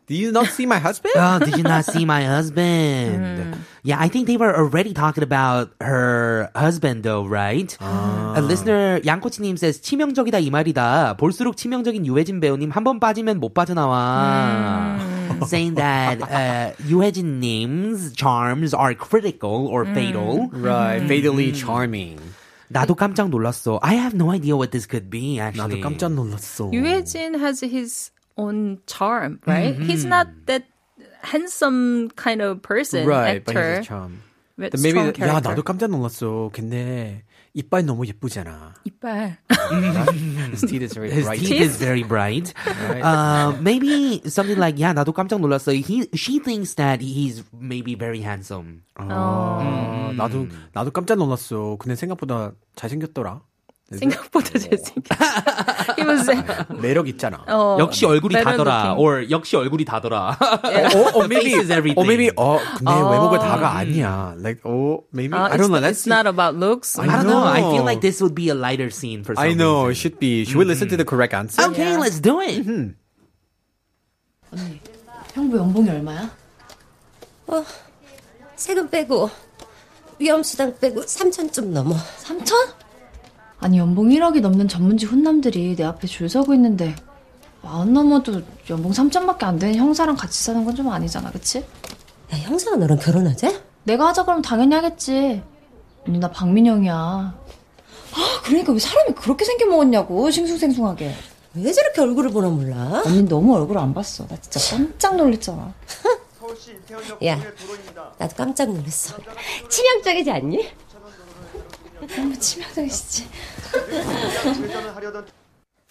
S1: Did you not see my husband?
S2: Oh, did you not see my husband?
S1: Mm-hmm.
S2: Yeah, I think they were already talking about her husband, though, right?
S1: Ah.
S2: A listener 양코치님 says 치명적이다 이 말이다. 볼수록 치명적인 유해진 배우님 한 번 빠지면 못 빠져나와. Saying that uh, 유해진님's charms are critical or fatal.
S1: Right. Fatally charming.
S2: 나도 깜짝 놀랐어. I have no idea what this could be.
S1: 나도
S2: Actually,
S1: 깜짝 놀랐어.
S5: Yuejin has his own charm, right?
S1: Mm-hmm.
S5: He's not that handsome kind of person,
S1: Right. But
S5: actor.
S1: he's a charm.
S5: with
S1: Then maybe
S5: strong
S1: that- 야
S5: character.
S1: 나도 깜짝 놀랐어. 근데 이빨 너무 예쁘잖아.
S5: 이빨.
S1: His teeth is very
S2: 음. His
S1: bright.
S2: teeth is very bright. Uh, maybe something like yeah, 나도 깜짝 놀랐어. He she thinks that he's maybe very handsome.
S1: 아, 나도 나도 깜짝 놀랐어. 근데 생각보다 잘생겼더라.
S5: 생각보다
S1: Oh.
S5: 잘생겨. He was uh,
S1: 매력 있잖아.
S5: 어,
S2: 역시 얼굴이
S5: better
S2: 다더라.
S5: looking.
S2: Or 역시 얼굴이 다더라.
S1: 어, 어,
S2: The face is everything.
S1: 어, maybe, 어, 근데 외모가 다가 아니야. Like, oh, maybe,
S5: 아,
S1: I don't know.
S5: it's,
S1: Let's
S5: it's not about looks.
S2: I don't know. I feel
S1: know.
S2: like this would be a lighter scene for some
S1: I know, it
S2: reason.
S1: should be. Should we listen to the correct answer?
S2: Okay, let's do it.
S8: 형부 연봉이 얼마야?
S9: 세금 빼고 위험수당 빼고 3천 좀 넘어.
S8: 3천? 아니 연봉 1억이 넘는 전문직 훈남들이 내 앞에 줄 서고 있는데 안 넘어도 연봉 3천밖에 안 되는 형사랑 같이 사는 건 좀 아니잖아 그치?
S9: 야 형사가 너랑 결혼하자?
S8: 내가 하자 그러면 당연히 하겠지 언니 나 박민영이야 아 그러니까 왜 사람이 그렇게 생겨먹었냐고 싱숭생숭하게
S9: 왜 저렇게 얼굴을 보나 몰라?
S8: 언니 너무 얼굴 안 봤어 나 진짜 깜짝 놀랐잖아
S9: 야 나도 깜짝 놀랐어. 치명적이지 않니?
S8: 너무 치명적이시지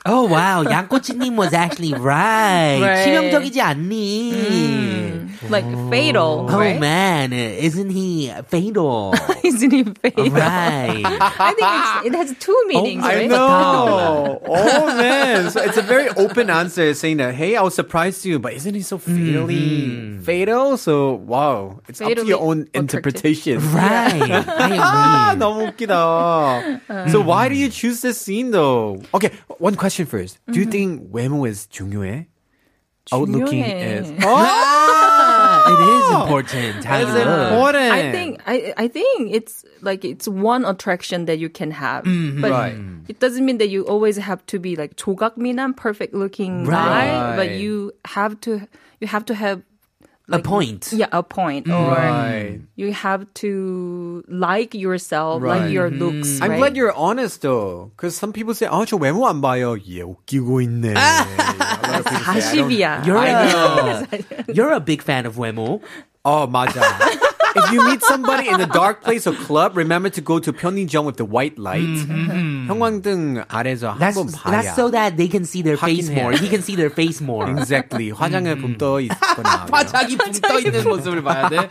S2: Oh wow, 양꼬치님 was actually right.
S5: Right.
S2: 치명적이지 않니?
S5: like fatal,
S2: Oh
S5: right?
S2: man, isn't he fatal?
S5: Isn't he fatal?
S2: right.
S5: I think it's, it has two meanings,
S1: Oh,
S2: I
S1: I
S5: right?
S1: know. oh, man. So it's a very open answer saying that, hey, I was surprised you, but isn't it so fatally fatal? So, wow. It's up to
S5: Fatally
S1: your own
S5: attractive.
S1: interpretation.
S2: Right. I
S1: Ah,
S2: agree.
S1: 너무 웃기다. So why do you choose this scene though? Okay, one question first. Do you think 외모 is 중요해? Outlooking
S5: 중요해.
S1: is. Oh!
S2: it is important. How you
S1: It's
S2: look.
S1: important.
S5: I think I, I think it's like it's one attraction that you can have, but
S1: Mm-hmm. Right.
S5: it doesn't mean that you always have to be like 조각 미남, perfect looking guy.
S1: Right.
S5: But you have to you have to have
S2: a point.
S5: yeah a point or
S1: Right.
S5: you have to like yourself,
S1: Right. Mm-hmm.
S5: like your looks.
S1: I'm
S5: right?
S1: glad you're honest though, because some people say, "아, 저 외모 안 봐요." 얘 웃기고 있네. A lot of people say, "I don't-"
S5: 가십이야.
S2: You're
S1: I
S2: a, you're a big fan of Wemo.
S1: Oh, 맞아. If you meet somebody in a dark place or club, remember to go to 편의점 with the white light. 형광등 아래서
S2: That's,
S1: 한번 봐야.
S2: that's so that they can see their
S1: Hacking
S2: face
S1: hair.
S2: more. He can see their face more.
S1: Exactly. 화장에 붐떠 있거나.
S2: 자기 붕떠 있는 모습을 봐야 돼.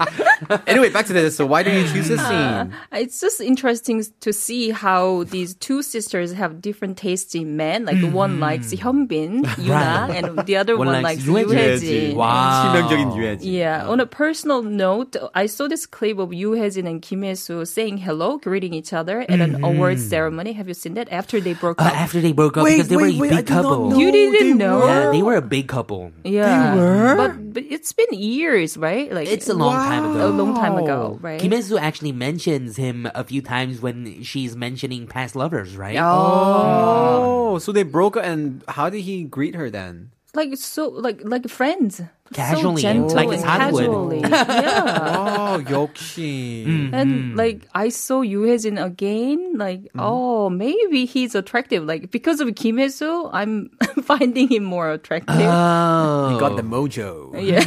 S1: anyway, back to this. So why do you choose this scene?
S5: It's just interesting to see how these two sisters have different tastes in men. Like one likes Hyunbin, Yuna, and the other Mm-hmm. one, likes Yoo
S2: Yoo-hae-jin. Wow.
S1: 치명적인 유해지.
S5: Yeah. On a personal note, I saw this clip of Yoo Hae-jin and Kim Hye-soo saying hello, greeting each other at an awards ceremony. Have you seen that? After they broke
S2: Uh,
S5: up.
S2: after they broke up because they were a big couple.
S5: You didn't know?
S2: Yeah, they were a big couple.
S5: yeah. They were? But, but it's been years, right? Like
S2: It's a long time
S5: a
S2: ago.
S5: long time ago, right?
S2: Kim Hee-soo Oh. actually mentions him a few times when she's mentioning past lovers, right?
S1: Oh, so they broke up, and how did he greet her then?
S5: like so like like friends
S2: Casually,
S5: so gentle
S2: like
S5: and
S2: it's Hollywood.
S5: casually yeah
S1: Oh, 역시.
S2: Hmm.
S5: and like i saw yuhejin again like oh maybe he's attractive like because of kim hye-soo i'm finding him more attractive
S2: Oh.
S1: You got the mojo.
S5: yeah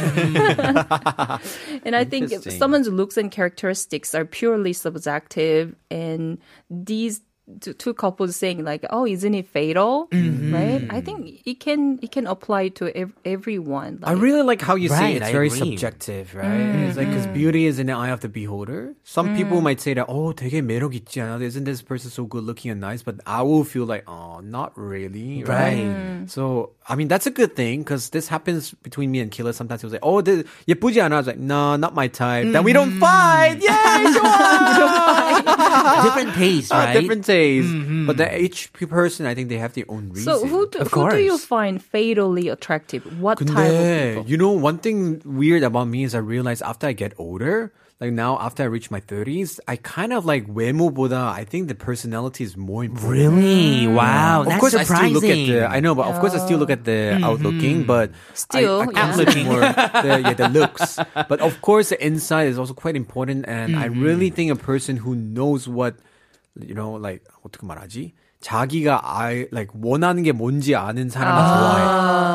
S5: and i think
S1: Interesting.
S5: someone's looks and characteristics are purely subjective and these two- two couples saying like, "Oh, isn't it fatal?"
S2: Mm-hmm.
S5: Right? I think it can it can apply to ev- everyone.
S1: I really like how you say
S2: Right,
S1: it's
S2: I
S1: very
S2: agree. Mm.
S1: subjective, right?
S5: Mm.
S1: It's like because beauty is in the eye of the beholder. Some people might say that, oh, 되게 매력 있지 않아? Isn't this person so good looking and nice? But I will feel like, oh, not really, right?
S5: Mm.
S1: So I mean, that's a good thing because this happens between me and Killa. Sometimes he'll say, oh, this, 예쁘지 않아? I was like, no, not my type. Then we
S2: Mm.
S1: don't fight. Yay, 좋아.
S2: different taste,
S1: Ah,
S2: right? Mm-hmm.
S1: different taste. But the, each person, I think they have their own reason.
S5: So who do,
S2: Of
S5: who do you
S2: course.
S5: find fatally attractive? What type of
S1: 근데
S5: people?
S1: you know one thing weird about me is I realize after I get older, like now after I reach my 30s, I kind of like 외모보다 I think the personality is more important.
S2: Really? Wow.
S1: Mm. Of
S2: that's
S1: course, I
S2: surprising.
S1: still look at the. I know, but of course, I still look at the outlooking, but
S5: Still,
S1: I, I concentrate more the, yeah, the looks. But of course, the inside is also quite important, and I really think a person who knows what you know, like 어떻게 말하지? 자기가 알 like 원하는 게 뭔지 아는 사람을 좋아해.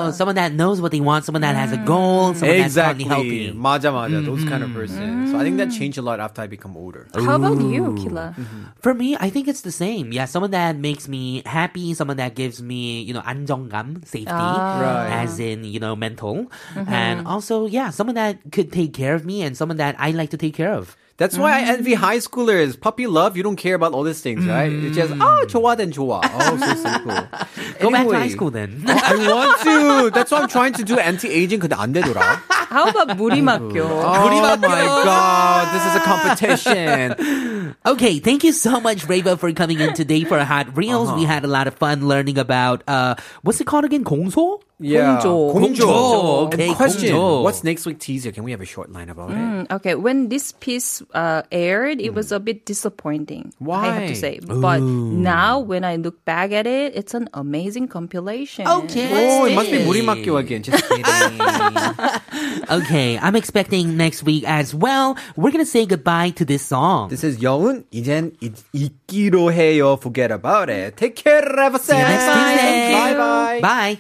S2: Oh, someone that knows what they want, someone that has a goal, someone
S1: Exactly.
S2: that's constantly helping. Mm-hmm.
S1: 맞아, 맞아. Those kind of person. So I think that changed a lot after I become older.
S5: How about you, Kila?
S2: For me, I think it's the same. Yeah, someone that makes me happy, someone that gives me, you know, 안정감, safety,
S1: Right.
S2: as in, you know, mental. And also, yeah, someone that could take care of me and someone that I like to take care of.
S1: That's why
S2: Mm-hmm.
S1: I envy high schoolers. Puppy love, you don't care about all these things, right? It's just, oh, 좋아, then 좋아. Oh, so simple.
S2: Mm-hmm. Go back to high
S1: Anyway.
S2: school then.
S1: Oh, I want to. That's what I'm trying to do anti-aging 근데 안 되더라.
S5: How about 무리막교?
S1: Oh my god, this is a competition.
S2: Okay, thank you so much, Reva, for coming in today for Hot Reels.
S1: Uh-huh.
S2: We had a lot of fun learning about uh, what's it called again? 공소?
S1: Yeah.
S5: 공조.
S1: 공조.
S2: 공조.
S1: And
S2: Okay,
S1: question.
S2: 공조. Mm,
S1: What's next week teaser? Can we have a short line about it?
S5: Okay, when this piece uh, aired, it was a bit disappointing. I have
S1: Why?
S5: to say, but now when I look back at it, it's an amazing compilation.
S2: Okay.
S1: Oh, it must be 무리막교 again. Just kidding.
S2: okay, I'm expecting next week as well. We're gonna say goodbye to this song.
S1: This is 여운 이젠 잊, 잊기로 해요. Forget about it. Take care. Have a See
S2: you next Tuesday.
S1: Bye bye.
S2: Bye.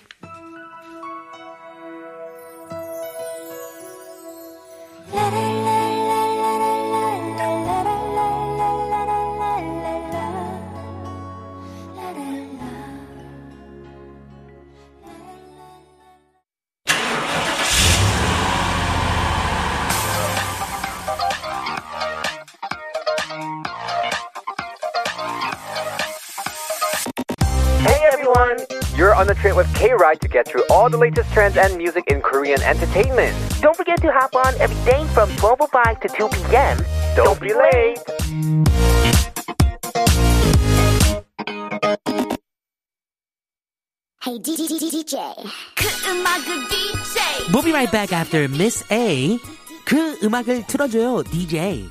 S1: Hey everyone! You're on a trip with K-Ride to get through all the latest trends and music in Korean entertainment.
S7: Don't forget to hop on every day from 12.05 to 2 p.m.
S1: Don't be late!
S9: Hey, DJ.
S2: We'll be right back after Miss A. 그 음악을 틀어줘요, DJ.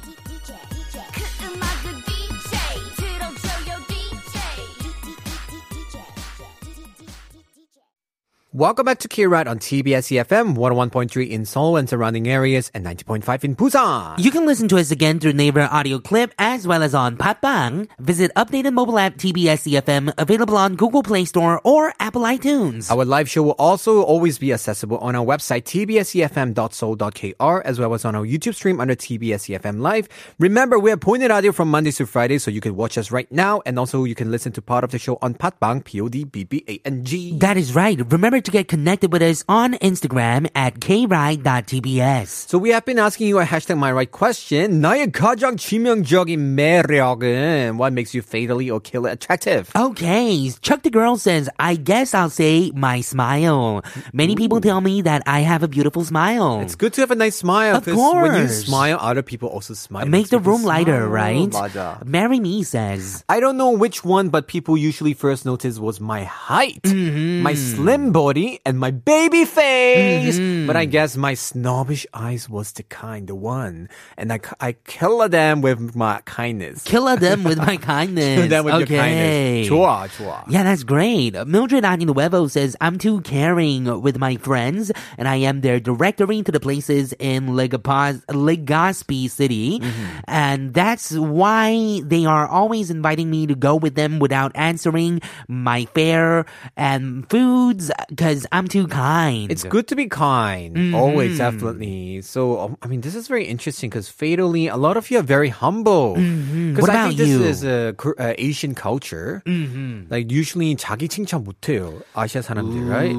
S1: Welcome back to K-Ride on TBS EFM 101.3 in Seoul and surrounding areas and 90.5 in Busan.
S2: You can listen to us again through Neighbor Audio Clip as well as on Bang. Visit updated mobile app TBS EFM E available on Google Play Store or Apple iTunes.
S1: Our live show will also always be accessible on our website e tbsefm.soul.kr as well as on our YouTube stream under tbsefm E live. Remember, we have pointed audio from Mondays to Fridays, so you can watch us right now, and also you can listen to part of the show on Patbang, P O D B B A N G.
S2: That is right. Remember to get connected with us on Instagram at kride.tbs.
S1: So we have been asking you a hashtag my right question. 나의 가장 치명적인 매력은 what makes you fatally or killer attractive?
S2: Okay, Chuck the Girl says, I guess I'll say my smile. Many people tell me that I have a beautiful smile.
S1: It's good to have a nice smile.
S2: Of
S1: 'cause When you
S2: course.
S1: smile, other people also smile. It
S2: Make
S1: makes
S2: the
S1: people
S2: room lighter,
S1: smile.
S2: right?
S1: 맞아.
S2: Marry me says,
S1: I don't know which one, but people usually first noticed was my height,
S2: Mm-hmm.
S1: my slim body, and my baby face.
S2: Mm-hmm.
S1: But I guess my snobbish eyes was the kind, the one, and I I kill them with my kindness.
S2: kill them with my kindness.
S1: them with your
S2: okay.
S1: kindness. 좋아, 좋아.
S2: Yeah, that's great. Mildred Aguinuevo says, I'm too caring with my friends, and I am their directory to the places in Legapos- Legazpi City. And that's why they are always inviting me to go with them without answering my fare and foods, because I'm too kind. Mm-hmm.
S1: It's good to be kind. Always, definitely. So, um, I mean, this is very interesting because fatally, a lot of you are very humble. Because
S2: Mm-hmm. What
S1: I
S2: about
S1: think this
S2: you? Mm-hmm.
S1: is a Kor- uh, Asian culture. Like, usually 자기 칭찬 못해요. 아시아 사람들, right?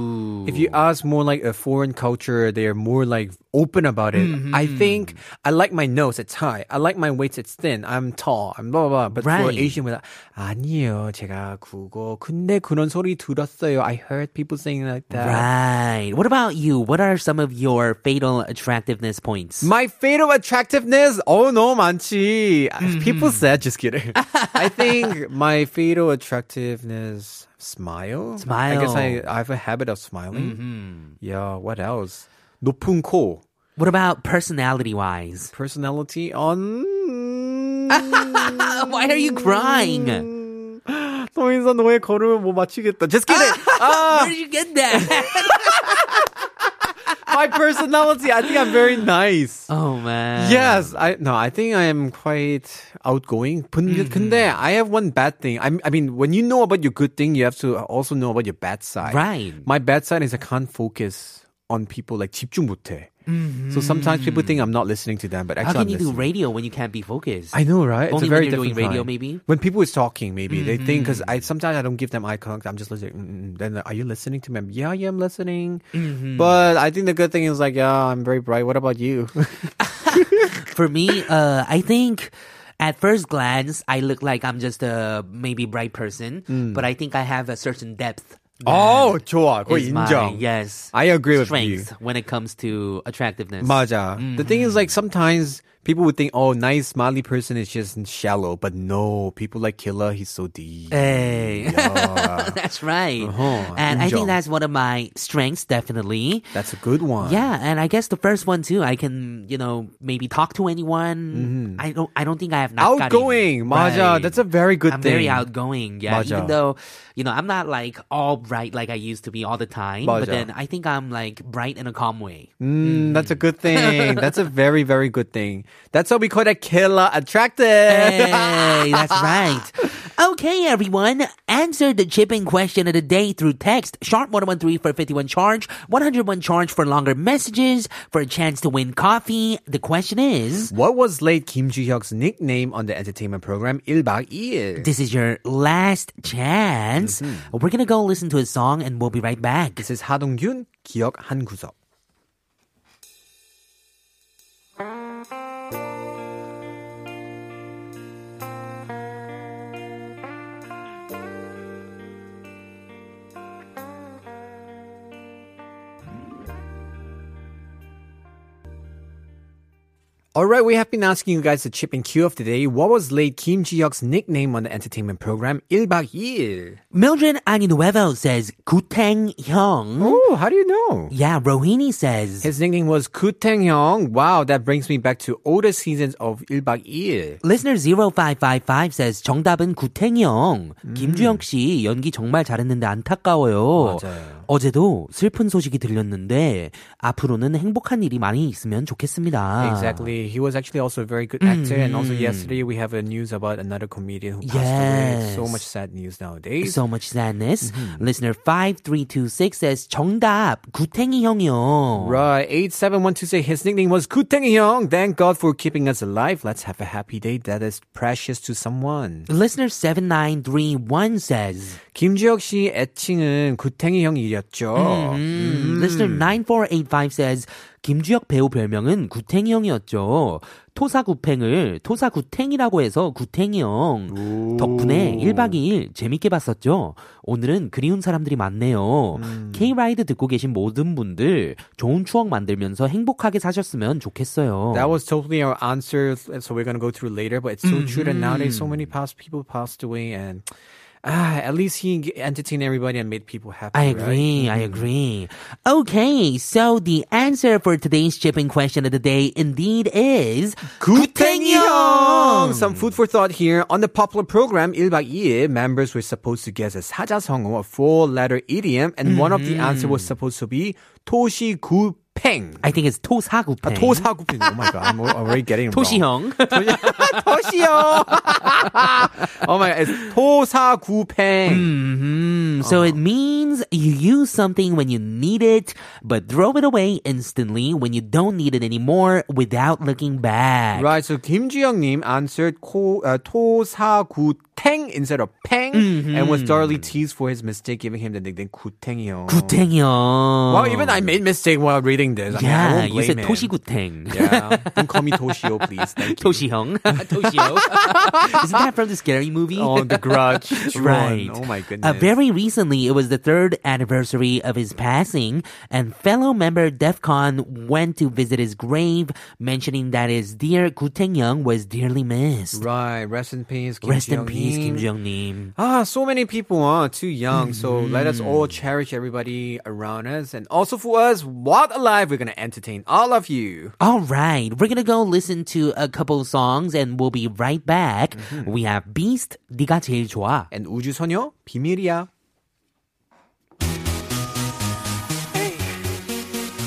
S1: If you ask more like a foreign culture, they're more like open about it. I
S2: Mm-hmm.
S1: think I like my nose, it's high. I like my waist, it's thin. I'm tall. I'm blah, blah, blah. But for
S2: Right.
S1: Asian, we're like, 아니에요. 제가 그거. 근데 그런 소리 들었어요. I heard people saying like that.
S2: Right. What about you? What are some of your fatal attractiveness points?
S1: My fatal attractiveness? Oh, 너무 많지. People said, just kidding. I think my fatal attractiveness, smile. I guess I,
S2: Smile.
S1: I have a habit of smiling. Yeah, what else? 높은 코.
S2: what about personality wise?
S1: Personality on...
S2: Why are you crying?
S1: 성인선 너의 걸음을 못 맞추겠다. Just kidding. Uh,
S2: Where did you get that?
S1: my personality, I think I'm very nice.
S2: oh man.
S1: Yes, I no, I think I am quite outgoing. But
S2: Mm-hmm.
S1: 근데 I have one bad thing. I, I mean, when you know about your good thing, you have to also know about your bad side.
S2: Right.
S1: My bad side is I can't focus on people. Like 집중 못해. So sometimes people think I'm not listening to them, but
S2: Mm-hmm. How
S1: actually
S2: can
S1: I'm
S2: you do
S1: listening.
S2: radio when you can't be focused?
S1: I know, right? it's
S2: Only
S1: a very
S2: when you're doing
S1: different
S2: radio,
S1: kind.
S2: maybe. Mm-hmm.
S1: When people is talking, maybe they think because I sometimes I don't give them eye contact. I'm just listening. Mm-mm. Then are you listening to me? I'm, Yeah, yeah, I'm listening.
S2: Mm-hmm.
S1: But I think the good thing is like, yeah, I'm very bright. What about you?
S2: For me, uh, I think at first glance I look like I'm just a maybe bright person,
S1: Hmm.
S2: but I think I have a certain depth.
S1: 어, Oh, 좋아. 그거
S2: is my-
S1: 인정.
S2: yes,
S1: I agree with
S2: strength
S1: you.
S2: when it comes to attractiveness.
S1: 맞아. The thing is like sometimes people would think, oh, nice smiley person is just shallow, but no, people like Killer, he's so deep.
S2: Eh. Hey.
S1: Yeah.
S2: that's right.
S1: Uh-huh.
S2: And I think
S1: 인정.
S2: that's one of my strengths, definitely.
S1: That's a good one.
S2: Yeah, and I guess the first one too. I can, you know, maybe talk to anyone. I don't. I don't think I have not
S1: Mm-hmm. Outgoing. 맞아. That's a very good
S2: I'm
S1: thing.
S2: very outgoing. Yeah,
S1: 맞아.
S2: even though you know I'm not like all bright like I used to be all the time. But
S1: 맞아.
S2: then I think I'm like bright in a calm way.
S1: Mm, that's a good thing. that's a very, very good thing. That's why we call that Killer attractive.
S2: Eh. Hey, that's right. Okay, everyone. Answer the chipping question of the day through text. Sharp 113 for 51 charge, 101 charge for longer messages, for a chance to win coffee. The question is
S1: What was late Kim Ji-hyuk's nickname on the entertainment program 1박 2일?
S2: This is your last chance.
S1: Mm-hmm.
S2: We're gonna go listen to a song and we'll be right back.
S1: This is 하동균, 기억 한 구석. All right, we have been asking you guys to chip in Q of the day. What was late Kim Ji-hyuk's nickname on the entertainment program 1박 2일?
S2: Mildred Aninuevo says Guteng Hyung.
S1: Oh, how do you know?
S2: Yeah, Rohini says.
S1: His nickname was Kutengyong. Wow, that brings me back to older seasons of 1박 2일.
S2: Listener 0555 says 정답은 구탱이형.
S1: Mm.
S2: 김주영 씨 연기 정말 잘했는데 안타까워요.
S1: 맞아요.
S2: 어제도 슬픈 소식이 들렸는데 앞으로는 행복한 일이 많이 있으면 좋겠습니다.
S1: Exactly. He was actually also a very good actor. And also yesterday we have a news about another comedian who passed away. So
S2: Yes.
S1: much sad news nowadays.
S2: So much sadness.
S1: Mm-hmm.
S2: Listener 5326 says 정답 구탱이 형이요.
S1: Right, 87126, his nickname was Kutengyong. Thank God for keeping us alive. Let's have a happy day that is precious to someone.
S2: Listener 7931 says
S1: 김지혁 씨 애칭은 구탱이형이었죠.
S2: 음, Listener 9485 says 김주혁 배우 별명은 구탱이 형이었죠. 토사구팽을 토사구탱이라고 해서 구탱이 형. 덕분에 1박 2일 재밌게 봤었죠. 오늘은 그리운 사람들이 많네요. K-라이드 듣고 계신 모든 분들 좋은 추억 만들면서 행복하게 사셨으면 좋겠어요.
S1: That was totally our answer. So we're gonna go through later, but it's so true that
S2: Mm-hmm.
S1: nowadays so many past people passed away, and ah, at least he entertained everybody and made people happy.
S2: I
S1: right? Mm-hmm.
S2: agree. I agree. Okay, so the answer for today's chipping question of the day indeed is
S1: 구탱이형!
S2: Mm.
S1: Some food for thought here. On the popular program 1박 2일, members were supposed to guess a 사자성어, a four-letter idiom, and one of the answer was supposed to be 도시 구 Peng.
S2: Mm-hmm. I think it's 토사구팽.
S1: 아, 토사구팽. Oh my god, I'm already getting it
S2: 토시형.
S1: wrong. 토시요. oh my god, it's 토사구팽.
S2: hmm So
S1: Uh-huh.
S2: it means you use something when you need it, but throw it away instantly when you don't need it anymore without looking back.
S1: Right, so Kim Ji-young님 answered 코, uh, 토사구탱 instead of peng
S2: Mm-hmm.
S1: and was thoroughly teased for his mistake, giving him the nickname 구탱이요.
S2: 구탱이요.
S1: Wow, even I made mistake while reading this. I mean, I
S2: Yeah,
S1: won't
S2: you
S1: blame
S2: said
S1: him.
S2: 토시구탱.
S1: Yeah, don't call me Toshio, please. Thank you.
S2: 토시형. 토시요. Isn't that from the scary movie?
S1: Oh, the grudge.
S2: Right.
S1: Oh my goodness.
S2: Uh, very recently, it was the third anniversary of his passing, and fellow member DEF CON went to visit his grave, mentioning that his dear Gu Young was dearly missed.
S1: Right. Rest in peace. Kim
S2: Rest in peace, Kim
S1: Jong-un.
S2: Jong-nim.
S1: Ah, so many people are too young. So
S2: Mm-hmm.
S1: let us all cherish everybody around us. And also for us, what alive, we're going to entertain all of you.
S2: All right, we're gonna go listen to a couple songs, and we'll be right back.
S1: Mm-hmm.
S2: We have Beast, 네가 제일 좋아.
S1: And 우주소녀 비밀이야.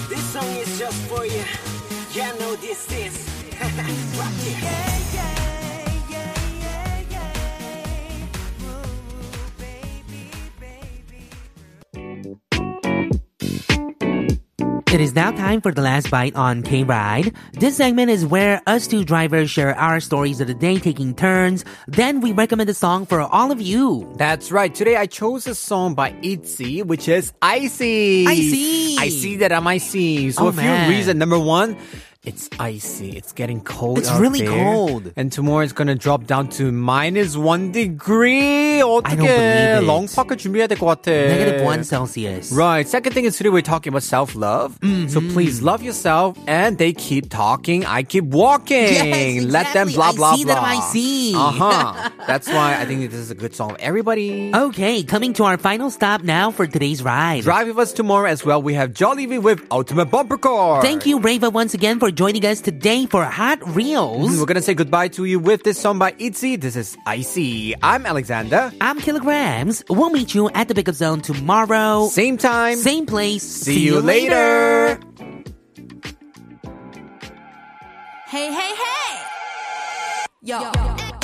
S3: This song is just for you. Yeah, know this is. Rock it.
S2: It is now time for the last bite on K Ride. This segment is where us two drivers share our stories of the day, taking turns. Then we recommend a song for all of you.
S1: That's right. Today I chose a song by ITZY, which is Icy.
S2: Icy.
S1: I see that I'm icy. So
S2: Oh,
S1: a few
S2: man.
S1: reasons. Number one, it's icy. It's getting cold.
S2: It's
S1: out
S2: really
S1: there.
S2: cold.
S1: And tomorrow it's gonna drop down to minus one degree.
S2: don't believe
S1: 어떻게
S2: it.
S1: long 파크 준비해야 될 것 같아.
S2: Negative one Celsius.
S1: Right. Second thing is today we're talking about self love. So
S2: Mm-hmm.
S1: please love yourself. And they keep talking. I keep walking.
S2: Yes,
S1: Let them
S2: exactly.
S1: blah
S2: I
S1: blah
S2: see
S1: blah.
S2: that I see.
S1: Uh huh. That's why I think this is a good song. for Everybody.
S2: Okay, coming to our final stop now for today's ride.
S1: Drive with us tomorrow as well. We have Jollibee with Ultimate Bumper Car.
S2: Thank you, Rava, once again for joining us today for Hot Reels.
S1: Mm-hmm. We're gonna say goodbye to you with this song by Itzy. This is Icy. I'm Alexander.
S2: I'm Kilograms. We'll meet you at the pickup zone tomorrow.
S1: Same time.
S2: Oh. Same place.
S1: See, you later.
S7: Hey, hey, hey! Yo.